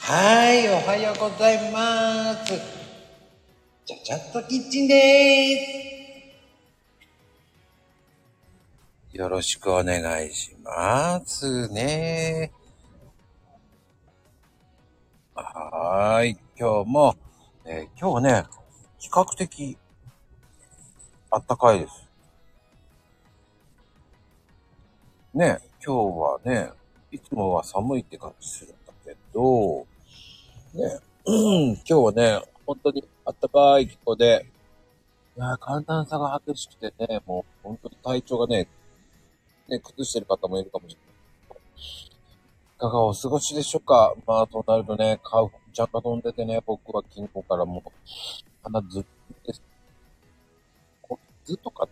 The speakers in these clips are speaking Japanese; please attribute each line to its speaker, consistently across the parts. Speaker 1: はい、おはようございます。ちゃちゃっとキッチンでーす。よろしくお願いしますね。はーい、今日も、えー今日はね、比較的、あったかいです。ね、今日はね、いつもは寒いって感じするんだけど、ね、今日はね、本当にあったかい気候で、いやー寒暖差が激しくてね、もう本当に体調がね、ね、崩してる方もいるかもしれない。いかがお過ごしでしょうかまあ、となるとね、花粉ちゃんが飛んでてね、僕は近郊からもう、鼻ずっとです、こずっとか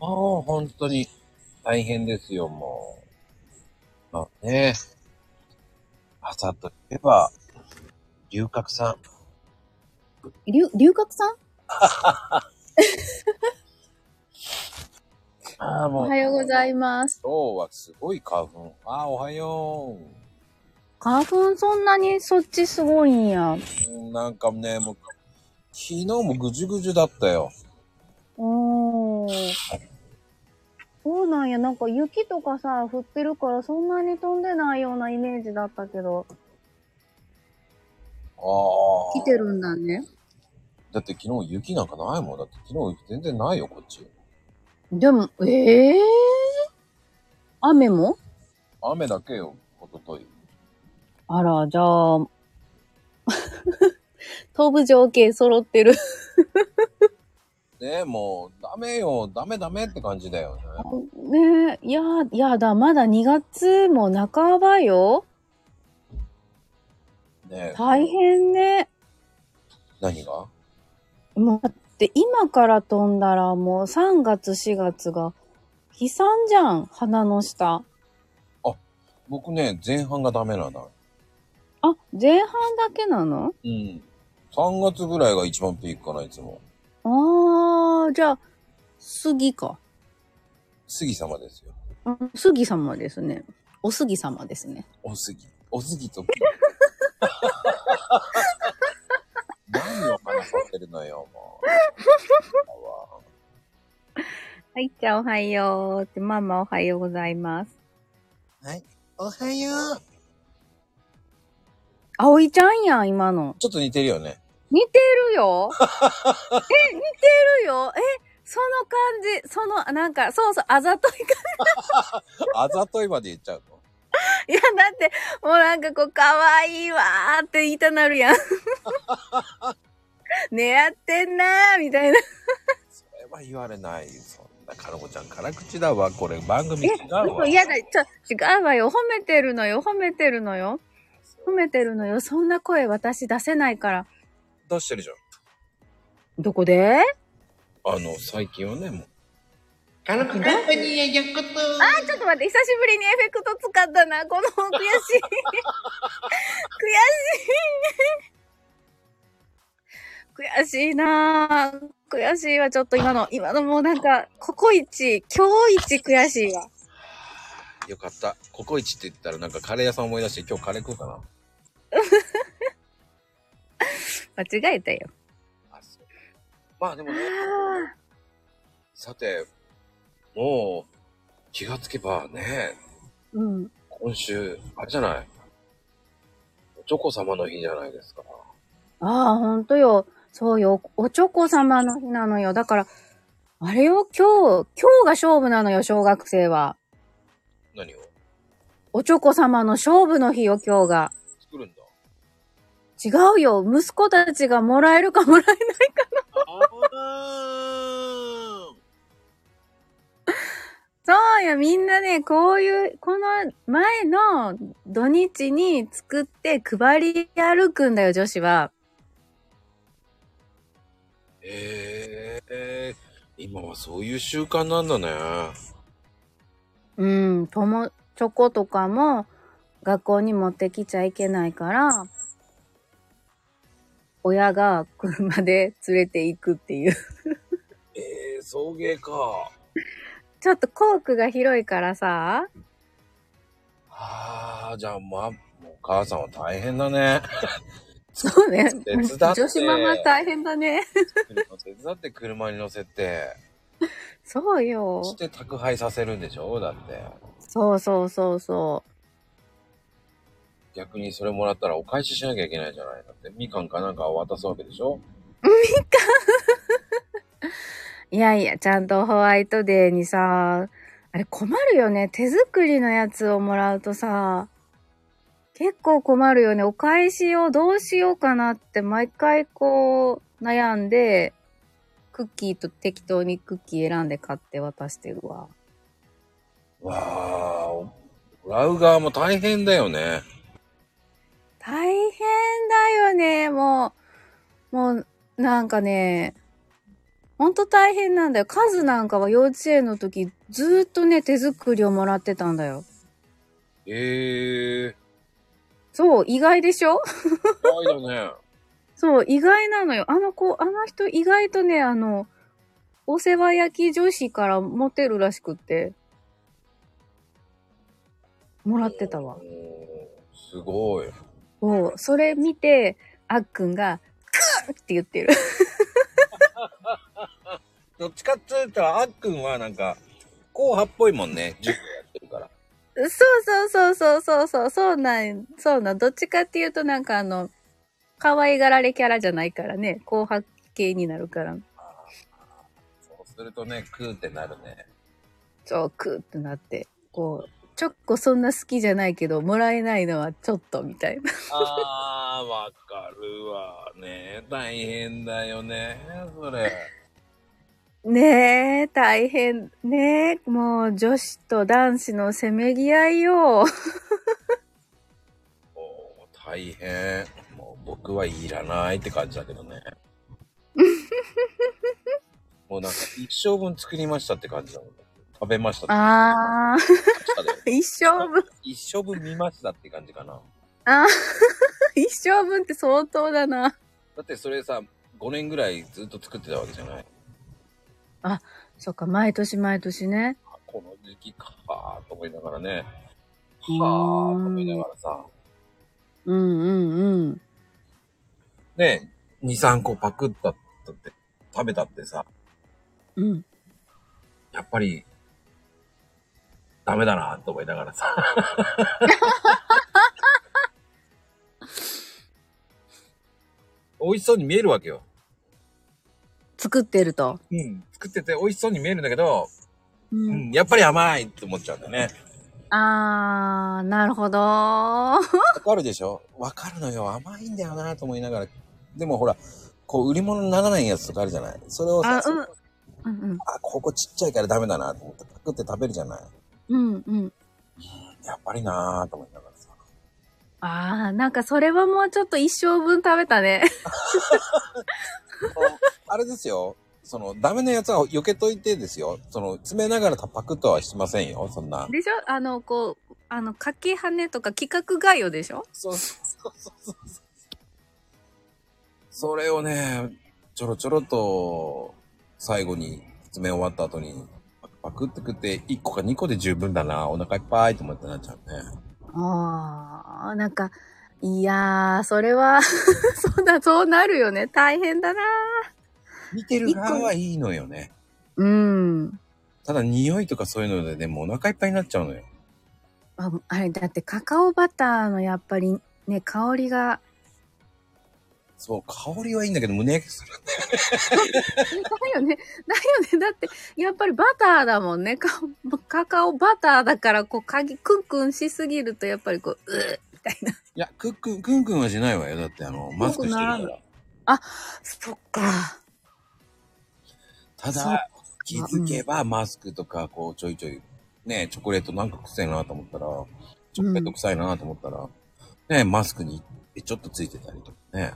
Speaker 1: な。もう本当に大変ですよ、もう。まあね、朝といえば、龍角さん。
Speaker 2: 龍龍角さん
Speaker 1: ああ、
Speaker 2: お
Speaker 1: もう、
Speaker 2: は
Speaker 1: 今
Speaker 2: ようございます。
Speaker 1: 日はすごい花粉。ああ、おはよ
Speaker 2: 花粉そんなにそっちすごいんや。
Speaker 1: ううん。なんかね、もう、昨日もぐじゅぐじゅだったよ。
Speaker 2: おー。そうなんや。なんか雪とかさ、降ってるからそんなに飛んでないようなイメージだったけど。
Speaker 1: ああ。
Speaker 2: 来てるんだね。
Speaker 1: だって昨日雪なんかないもん。だって昨日全然ないよ、こっち。
Speaker 2: でも、ええー、雨も
Speaker 1: 雨だけよ、おととい。
Speaker 2: あら、じゃあ、 飛ぶ条件揃ってる。
Speaker 1: ねえ、もう、ダメよ、ダメダメって感じだよね。
Speaker 2: ねえ、いや、いやだ、まだ2月も半ばよ。
Speaker 1: ねえ。
Speaker 2: 大。変ね。
Speaker 1: 何が
Speaker 2: もうだって今から飛んだらもう3月4月が悲惨じゃん鼻の下
Speaker 1: 僕ね、前半がダメなんだ。
Speaker 2: あ前半だけなの
Speaker 1: うん。3月ぐらいが一番ピークかな、いつも。
Speaker 2: あーじゃあ杉か、
Speaker 1: 杉様ですよ。
Speaker 2: うん、杉様ですねお杉様ですね
Speaker 1: おすぎ。おすぎと ピー何を話させるのよ、もう。
Speaker 2: はいじゃあおはようってママおはようございます
Speaker 1: はい。 おはよう。
Speaker 2: 葵ちゃんやん今の
Speaker 1: ちょっと似てるよね。
Speaker 2: 似てる よえ似てるよえその感じそのなんかそうそうあざとい感じ
Speaker 1: あざといまで言っちゃうの。
Speaker 2: いや、だって、もうなんかこう、可愛いわーって言いたな るやん。狙ってんなーみたいな。
Speaker 1: それは言われない。そんな、かのこちゃん、辛口だわ。これ、番組違う
Speaker 2: 嘘
Speaker 1: わ。
Speaker 2: 嫌だ。ちょ、違うわよ。褒めてるのよ。褒めてるのよ。褒めてるのよ。そんな声私出せないから。
Speaker 1: 出してるじゃん。
Speaker 2: どこで
Speaker 1: あの、最近はね、もう。かのこ、バンにややこと。
Speaker 2: あー、ちょっと待って。久しぶりにエフェクト使ったな。 この悔しい。悔しい。悔しいなー悔しいわ。ちょっと今の、今のもうなんか、ココイチ、今日一悔しいわ。
Speaker 1: よかった。ココイチって言ったら、なんかカレー屋さん思い出して、今日カレー食うかな。
Speaker 2: 間違えたよ。
Speaker 1: あ、そう。まあでも ね、さて、もう、気がつけばね、
Speaker 2: うん。
Speaker 1: 今週、あれじゃない。おチョコ様の日じゃないですか。
Speaker 2: ああ、ほんとよ。そうよ。おちょこ様の日なのよ。だから、あれよ、今日、今日が勝負なのよ、小学生は。
Speaker 1: 何を
Speaker 2: おちょこ様の勝負の日よ、今日が。
Speaker 1: 作るんだ。
Speaker 2: 違うよ。息子たちがもらえるかもらえないか。
Speaker 1: あ
Speaker 2: そうよ。みんなね、こういう、この前の土日に作って配り歩くんだよ、女子は。
Speaker 1: ええ今はそういう習慣なんだね。
Speaker 2: うん、とも、チョコとかも学校に持ってきちゃいけないから、親が車で連れて行くっていう。
Speaker 1: ええ送迎か。
Speaker 2: ちょっと校区が広いからさ、
Speaker 1: ああ、じゃあまあ、もう母さんは大変だ ね。
Speaker 2: そう ね。
Speaker 1: 手伝って
Speaker 2: 女子ママ大変だね。
Speaker 1: 手伝って車に乗せて、
Speaker 2: そうよ。
Speaker 1: そして宅配させるんでしょだって。
Speaker 2: そうそうそうそ
Speaker 1: 逆にそれもらったらお返ししなきゃいけないじゃないだって。みかんかなんかを渡すわけでしょ
Speaker 2: う。いやいや、ちゃんとホワイトデーにさ、あれ困るよね。手作りのやつをもらうとさ、結構困るよね。お返しをどうしようかなって毎回こう悩んで、クッキーと適当にクッキー選んで買って渡してるわ。
Speaker 1: わあ、もらう側も大変だよね。
Speaker 2: 大変だよね、もう。もう、なんかね、ほんと大変なんだよ。カズなんかは幼稚園の時、ずーっとね、手作りをもらってたんだよ。
Speaker 1: ええ
Speaker 2: そう、意外でし
Speaker 1: ー、
Speaker 2: ょ
Speaker 1: 怖いよね。
Speaker 2: そう、意外なのよ。あの子、あの人意外とね、あの、お世話焼き女子からモテるらしくって。もらってたわ。
Speaker 1: うんすごい。
Speaker 2: おうそれ見て、あっくんが、クンって言ってる。
Speaker 1: どっちかって言ったら、あっくんはなんか、硬派っぽいもんね。塾やってるから。
Speaker 2: そうそうそうそうそうそう、そうなん、そうなん、どっちかっていうとなんかあの、可愛がられキャラじゃないからね、紅白系になるから。
Speaker 1: そうするとね、クーってなるね。
Speaker 2: そう、クーってなって、こう、ちょっこそんな好きじゃないけど、もらえないのはちょっとみたいな。
Speaker 1: あー、わかるわ。ね大変だよね。それ。
Speaker 2: ねえ、大変。ねえ、もう女子と男子のせめぎ合いよ。
Speaker 1: おー大変。もう僕はいらないって感じだけどね。もうなんか、一生分作りましたって感じだもん、ね。食べましたって
Speaker 2: あ
Speaker 1: 感じだよ
Speaker 2: ー、一生分、
Speaker 1: 一生分見ましたって感じかな。
Speaker 2: あー、 一生分って相当だな。
Speaker 1: だってそれさ、5年ぐらいずっと作ってたわけじゃない。
Speaker 2: そっか、毎年毎年ね。
Speaker 1: あこの時期かーと思いながらね。はーと思いながらさ。
Speaker 2: うんうんうん。
Speaker 1: ね2、3個パクったって、食べたってさ、
Speaker 2: うん。
Speaker 1: やっぱり、ダメだなと思いながらさ。美味しそうに見えるわけよ。
Speaker 2: 作ってると。
Speaker 1: うん。作ってて美味しそうに見えるんだけど、
Speaker 2: う
Speaker 1: う。ん、やっぱり甘いって思っちゃうんだよね。
Speaker 2: あー、なるほどー。
Speaker 1: わかるでしょわかるのよ。甘いんだよなと思いながら。でもほら、こう、売り物にならないやつとかあるじゃないそれをさ、
Speaker 2: あ、うん。うん
Speaker 1: あ、ここちっちゃいからダメだなと思ってパクって食べるじゃない
Speaker 2: うん。うんうん。
Speaker 1: やっぱりなぁと思いながらさ。
Speaker 2: あー、なんかそれはもうちょっと一生分食べた ね。
Speaker 1: あれですよ。その、ダメなやつは避けといてですよ。その、詰めながらパクッとはしませんよ。そんな。
Speaker 2: でしょあの、こう、あの、かきはねとか規格外用でしょ
Speaker 1: そうそうそうそうそう。それをね、ちょろちょろと、最後に、詰め終わった後に、パクって食って、1個か2個で十分だな。お腹いっぱいと思ってなっちゃうね。
Speaker 2: あー、なんか、いやー、それは、 そんな、そうなるよね。大変だな
Speaker 1: 見てる側はいいのよね。
Speaker 2: ー。うん。
Speaker 1: ただ匂いとかそういうのでね、もうお腹いっぱいになっちゃうのよ。
Speaker 2: ああれ、だってカカオバターのやっぱりね、香りが
Speaker 1: そう、香りはいいんだけど、胸焼けする。
Speaker 2: だよね。だよね。だって、やっぱりバターだもんね。かカカオバターだから、こう、かぎ、クンクンしすぎると、やっぱりこう、うーみたいな。
Speaker 1: いや、クックン、クンクンはしないわよ。だってあの、マスクしてるか
Speaker 2: よくな
Speaker 1: ら。
Speaker 2: そっか。
Speaker 1: た
Speaker 2: そっ
Speaker 1: だ、気づけばマスクとか、こう、ちょいちょい、ね、チョコレートなんか臭いなと思ったら、チョコレート臭いなと思ったら、ね、マスクにちょっとついてたりとかね。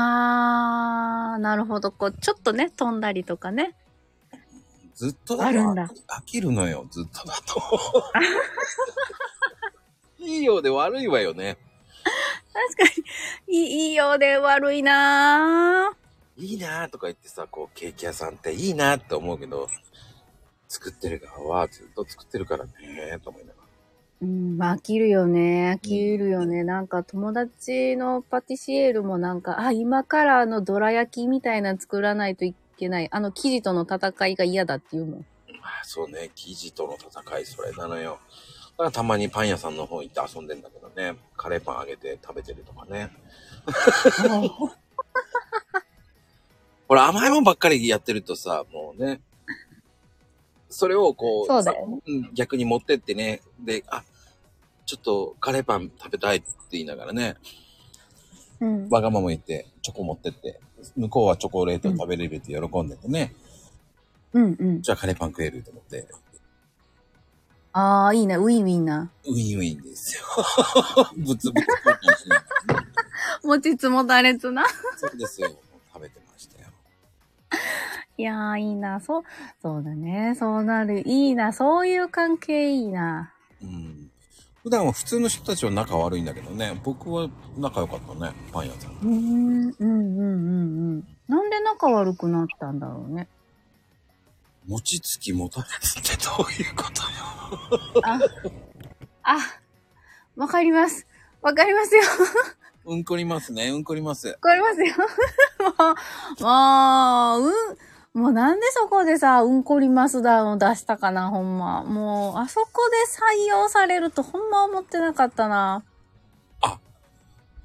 Speaker 2: あー、なるほど。こう、ちょっとね、飛んだりとかね。
Speaker 1: ずっとだ
Speaker 2: あるんだ
Speaker 1: 飽きるのよ、ずっとだと。 いいようで悪いわよね。
Speaker 2: 確かに、いいいいようで悪いなー。
Speaker 1: いいなとか言ってさ、こう、ケーキ屋さんっていいなって思うけど、作ってる側はずっと作ってるからね、と思いながら。
Speaker 2: うん、まあ飽きるよね。飽きるよね。なんか友達のパティシエールもなんか、あ、今からあのどら焼きみたいなの作らないといけない。あの生地との戦いが嫌だっていうもん。
Speaker 1: あそうね、生地との戦い、それなのよ。だからたまにパン屋さんの方行って遊んでんだけどね、カレーパンあげて食べてるとかね。ほら、甘いもんばっかりやってるとさ、もうね、それをこう、
Speaker 2: そうだよね
Speaker 1: さうん逆に持ってってね、で、あ、ちょっとカレーパン食べたいって言いながらね、
Speaker 2: うん。
Speaker 1: わがまま言って、チョコ持ってって、向こうはチョコレート食べれるって喜んでてね、
Speaker 2: うんうん。
Speaker 1: じゃあカレーパン食えると思って、
Speaker 2: ああ、いいな。ウィンウィンな。
Speaker 1: ウィンウィンですよ。 ぶつぶつ交換しない。
Speaker 2: 持ちつもたれつな。
Speaker 1: そうですよ。食べてましたよ。
Speaker 2: いやー、いいな。そう、そうだね。そうなる。いいな。そういう関係いいな。
Speaker 1: うん。普段は普通の人たちは仲悪いんだけどね、僕は仲良かったね、パン屋さん。
Speaker 2: うーん、うん、うん、うん、うん。なんで仲悪くなったんだろうね。
Speaker 1: 餅つき持たれつってどういうことよ。
Speaker 2: あ、あ、わかります。わかりますよ。
Speaker 1: うんこりますね、うんこります。
Speaker 2: わかりますよ。 もう、もう、うん、もうなんでそこでさ、うんこりますだの出したかな、ほんま。もう、あそこで採用されるとほんま思ってなかったな。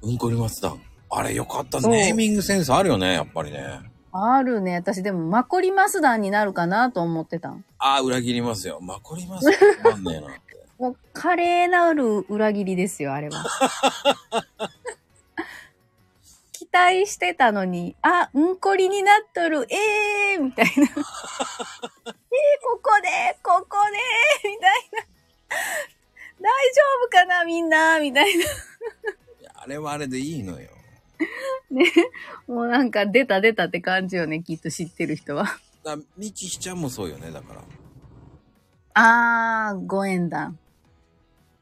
Speaker 1: うんこりますだ。あれよかった
Speaker 2: そう
Speaker 1: ね。ネーミングセンスあるよね、やっぱりね。
Speaker 2: あるね。私でも、マコリマスダンになるかなと思ってた。
Speaker 1: ああ、裏切りますよ。まこりますよ。わかんねえなって。
Speaker 2: もう、華麗なる裏切りですよ、あれ は。期待してたのに、あ、うんこりになっとる、ええー、み たいな。えー、ここで、ここで、みたいな。大丈夫かな、みんな、みたいな。
Speaker 1: いやあれはあれでいいのよ。
Speaker 2: もうなんか、出た出たって感じよね、きっと知ってる人は。
Speaker 1: だみちひちゃんもそうよね、だから。
Speaker 2: あー、ご縁談。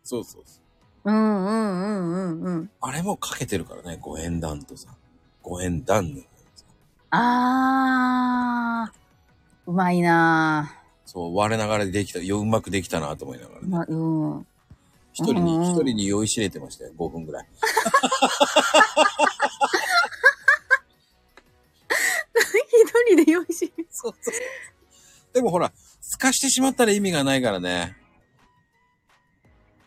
Speaker 1: そうそうそう。
Speaker 2: うんうんうんうんうん。
Speaker 1: あれもかけてるからね、ご縁談とさ。ご縁談の。
Speaker 2: あー、うまいな
Speaker 1: そう、我ながらできた、よ、うまくできたなと思いながら
Speaker 2: ぁ。
Speaker 1: ね。
Speaker 2: ま、うん。
Speaker 1: 一人
Speaker 2: うん
Speaker 1: に、一人に酔いしれてましたよ、5分ぐらい。
Speaker 2: 一人で用意し
Speaker 1: そうそう。でもほら、透かしてしまったら意味がないからね。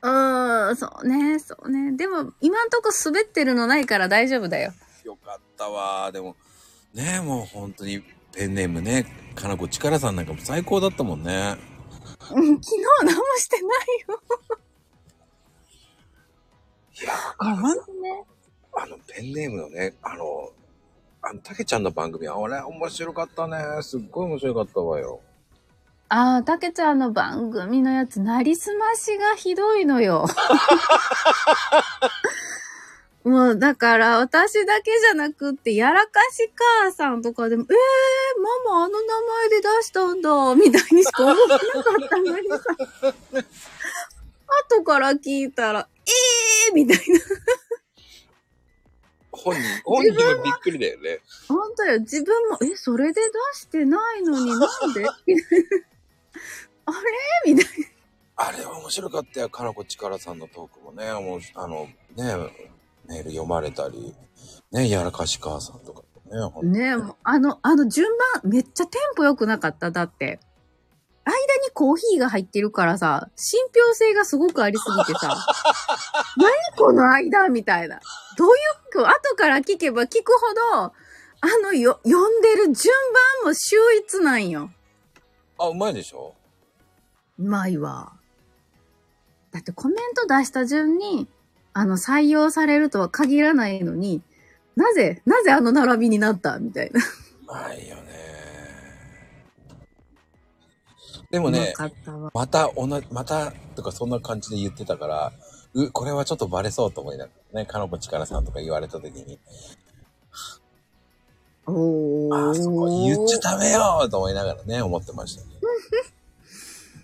Speaker 2: うーん、そうね、そうね。でも、今んとこ滑ってるのないから大丈夫だよ。
Speaker 1: よかったわ。でも、ねえ、もう本当に、ペンネームね、かなこちからさんなんかも最高だったもんね。
Speaker 2: うん昨日何もしてないよ。あ、ほんとね。
Speaker 1: あの、ペンネームのね、あの、あの、たけちゃんの番組、あれ面白かったね。すっごい面白かったわよ。
Speaker 2: あー、たけちゃんの番組のやつ、なりすましがひどいの よ。もう、だから、私だけじゃなくって、やらかし母さんとかでも、えー、ママあの名前で出したんだ、みたいにしか思ってなかったのにさ。 後から聞いたら、えー、みたいな。
Speaker 1: 本人、本人もびっくりだよね。
Speaker 2: 本当よ、自分も、え、それで出してないのになんでみたいなあれみたいな。
Speaker 1: あれは面白かったよ。かなこちからさんのトークもね、もう、あの、ね、メール読まれたり、ね、やらかし母さんとかね、ほんと
Speaker 2: ねえ、もうあの、あの順番、めっちゃテンポ良くなかった。だって。間にコーヒーが入ってるからさ、信憑性がすごくありすぎてさ、何この間みたいな。どういう、後から聞けば聞くほど、あのよ、呼んでる順番も秀逸なんよ。
Speaker 1: あ、うまいでしょ
Speaker 2: うまいわ。だってコメント出した順に、あの、採用されるとは限らないのに、なぜ、なぜあの並びになったみたいな。
Speaker 1: うまいよね。でもね
Speaker 2: う、まかったわ。
Speaker 1: また同じ、またとかそんな感じで言ってたから、う、これはちょっとバレそうと思いながらね、かのこちからさんとか言われた時に、
Speaker 2: お
Speaker 1: あ
Speaker 2: ー。
Speaker 1: そこ言っちゃダメよと思いながらね、思ってましたね。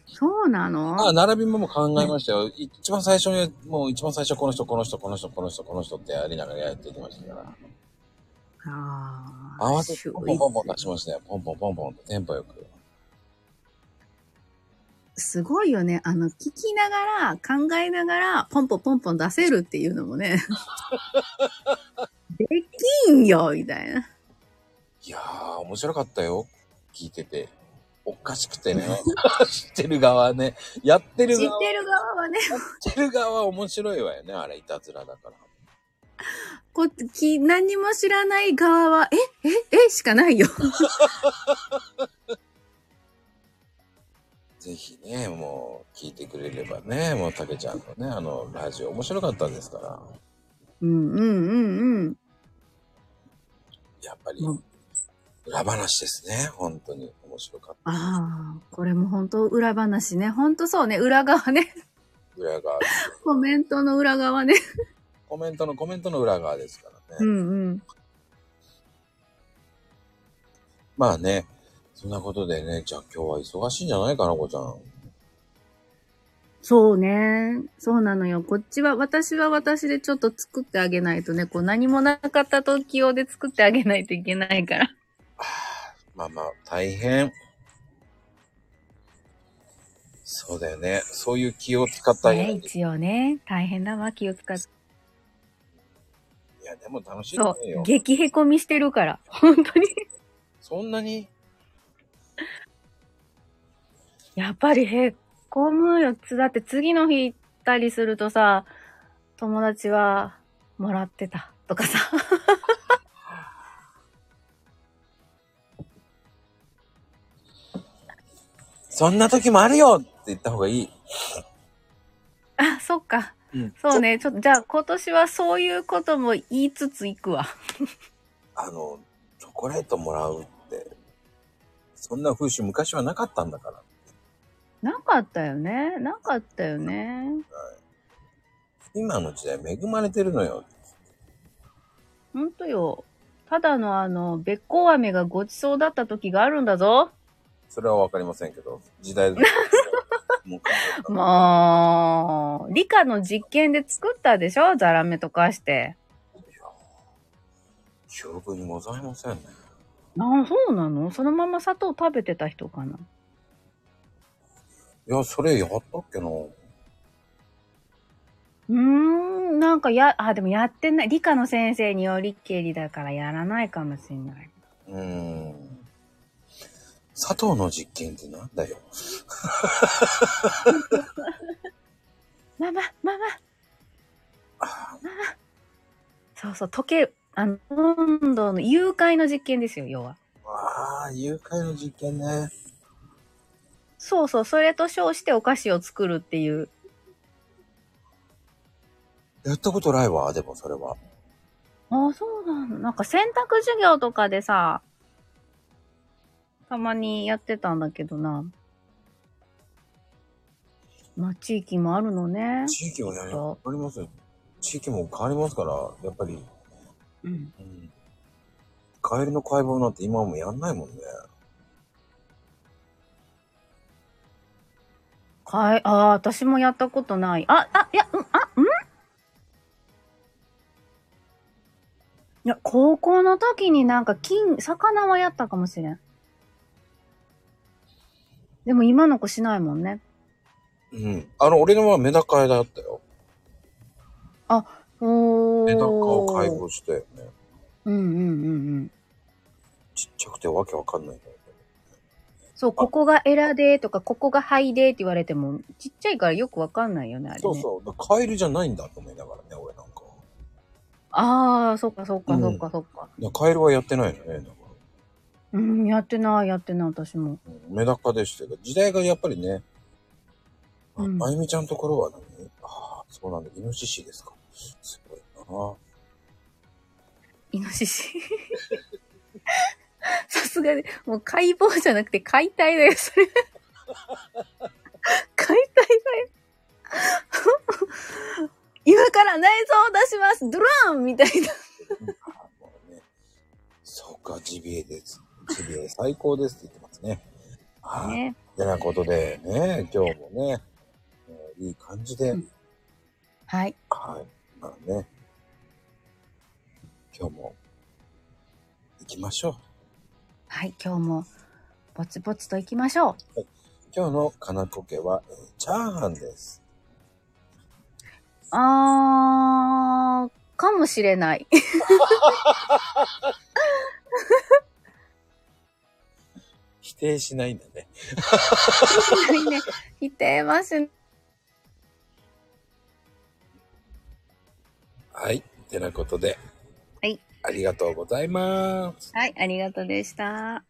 Speaker 2: そうなの
Speaker 1: あ、並びも考えましたよ。一番最初に、もう一番最初この人、この人、この人、この人、この人ってやりながらやっていきましたから。
Speaker 2: あー
Speaker 1: 合わせて
Speaker 2: 秀
Speaker 1: ポンポン
Speaker 2: 逸
Speaker 1: ポンポン出しましたよ。ポンポンポンポンとテンポよく。
Speaker 2: すごいよね。あの、聞きながら、考えながら、ポンポンポンポン出せるっていうの もね。できんよみたいな。
Speaker 1: いやー、面白かったよ。聞いてて。おかしくて ね。知ってる側ね。やって
Speaker 2: 知
Speaker 1: る
Speaker 2: って
Speaker 1: 側、
Speaker 2: る側はね、
Speaker 1: 知ってる側面白いわよね。あれ、いたずらだから。
Speaker 2: こっち、何にも知らない側は、え、え、え、しかないよ。
Speaker 1: ぜひね、もう、聞いてくれればね、もう、たけちゃんのね、あの、ラジオ面白かったですから。
Speaker 2: うんうんうんうん。
Speaker 1: やっぱり
Speaker 2: うん、
Speaker 1: 裏話ですね。本当に面白かった。
Speaker 2: ああ、これも本当裏話ね。本当そうね。裏側ね。
Speaker 1: 裏側。
Speaker 2: コメントの裏側ね。
Speaker 1: コメントのコメントの裏側ですからね。
Speaker 2: うんうん。
Speaker 1: まあね、そんなことでね、じゃあ今日は忙しいんじゃないかな、こちゃん。
Speaker 2: そうね。そうなのよ。こっちは、私は私でちょっと作ってあげないとね、こう何もなかった時用で作ってあげないといけないから。
Speaker 1: まあまあ、大変。そうだよね。そういう気を使った
Speaker 2: ね
Speaker 1: 変い
Speaker 2: 一応ね、大変だわ、気を使って。
Speaker 1: や、でも楽しいと
Speaker 2: そ
Speaker 1: 思う
Speaker 2: う
Speaker 1: よ。。
Speaker 2: 激へこみしてるから。本当に。
Speaker 1: そんなに
Speaker 2: やっぱりへこむよ。つだって次の日行ったりするとさ、友達はもらってたとかさ。
Speaker 1: そんな時もあるよって言った方がいい。
Speaker 2: あ、そっか。
Speaker 1: うん
Speaker 2: そうね。ちょっと、じゃあ今年はそういうことも言いつつ行くわ。
Speaker 1: あの、チョコレートもらうって、そんな風習昔はなかったんだから。
Speaker 2: なかったよね。なかったよね。
Speaker 1: 今の時代恵まれてるのよ。
Speaker 2: ほんとよ。ただのあの、べっこう飴がごちそうだった時があるんだぞ。
Speaker 1: それはわかりませんけど、時代もう考え たら
Speaker 2: もう、理科の実験で作ったでしょザラメとかして。
Speaker 1: 記憶にございませんね。
Speaker 2: あ、そうなのそのまま砂糖食べてた人かな。
Speaker 1: いや、それやったっけな。
Speaker 2: うーん、なんかや、あ、でもやってない。理科の先生によりっきりだからやらないかもしれない。
Speaker 1: うーん。砂糖の実験ってなんだよ。
Speaker 2: ママ、ママ、
Speaker 1: あー
Speaker 2: そうそう、溶け、あの、温度の融解の実験ですよ、要は。
Speaker 1: あー、誘拐の実験ね。
Speaker 2: そうそう、それと称してお菓子を作るっていう。
Speaker 1: やったことないわ、でもそれは。
Speaker 2: ああ、そうなの。なんか選択授業とかでさ、たまにやってたんだけどな。まあ、地域もあるのね。
Speaker 1: 地域もやり
Speaker 2: そ
Speaker 1: ありますよ。地域も変わりますから、やっぱり、
Speaker 2: うん。
Speaker 1: うん。カエルの解剖なんて今もやんないもんね。
Speaker 2: かい、ああ、私もやったことない。あ、あ、いや、うん、あ、うんいや、高校の時になんか金、魚はやったかもしれん。でも今の子しないもんね。
Speaker 1: うん。あの、俺のはメダカだったよ。
Speaker 2: おー。
Speaker 1: メダカを解剖したよね。
Speaker 2: うんうんうんうん。
Speaker 1: ちっちゃくてわけわかんないんだけど。
Speaker 2: そう、ここがエラでとか、ここがハイでって言われても、ちっちゃいからよくわかんないよね、あれね。
Speaker 1: そうそう。だからカエルじゃないんだと思いながらね、俺なんか。
Speaker 2: ああ、そっかそっ
Speaker 1: う
Speaker 2: か
Speaker 1: ん
Speaker 2: そっかそっか。
Speaker 1: いやカエルはやってないのね。だから
Speaker 2: うん、やってない、やってない、私も。
Speaker 1: うんメダカでしたけど、時代がやっぱりね、あ
Speaker 2: うん
Speaker 1: まゆみちゃんのところは何ああ、そうなんだ。イノシシですか。すごいな。
Speaker 2: イノシシ。 さすがに、もう解剖じゃなくて解体だよ、それ。 解体だよ。 今から内臓を出しますドラーンみたいな。
Speaker 1: あもうね、そうか、ジビエです。ジビエ最高ですって言ってますね。はい。
Speaker 2: ね。
Speaker 1: てなことでね、今日もね、えーいい感じで、
Speaker 2: うんはい。
Speaker 1: はい。まあね、今日も行きましょう。
Speaker 2: はい、今日も、ぼちぼちと行きましょう。
Speaker 1: 今日のかなこ家は、えーチャーハンです。
Speaker 2: あー、かもしれない。
Speaker 1: 否定しないんだね。
Speaker 2: ね、否定はし
Speaker 1: はい。てなことで。
Speaker 2: はい。
Speaker 1: ありがとうございます。
Speaker 2: はい、ありがとうでした。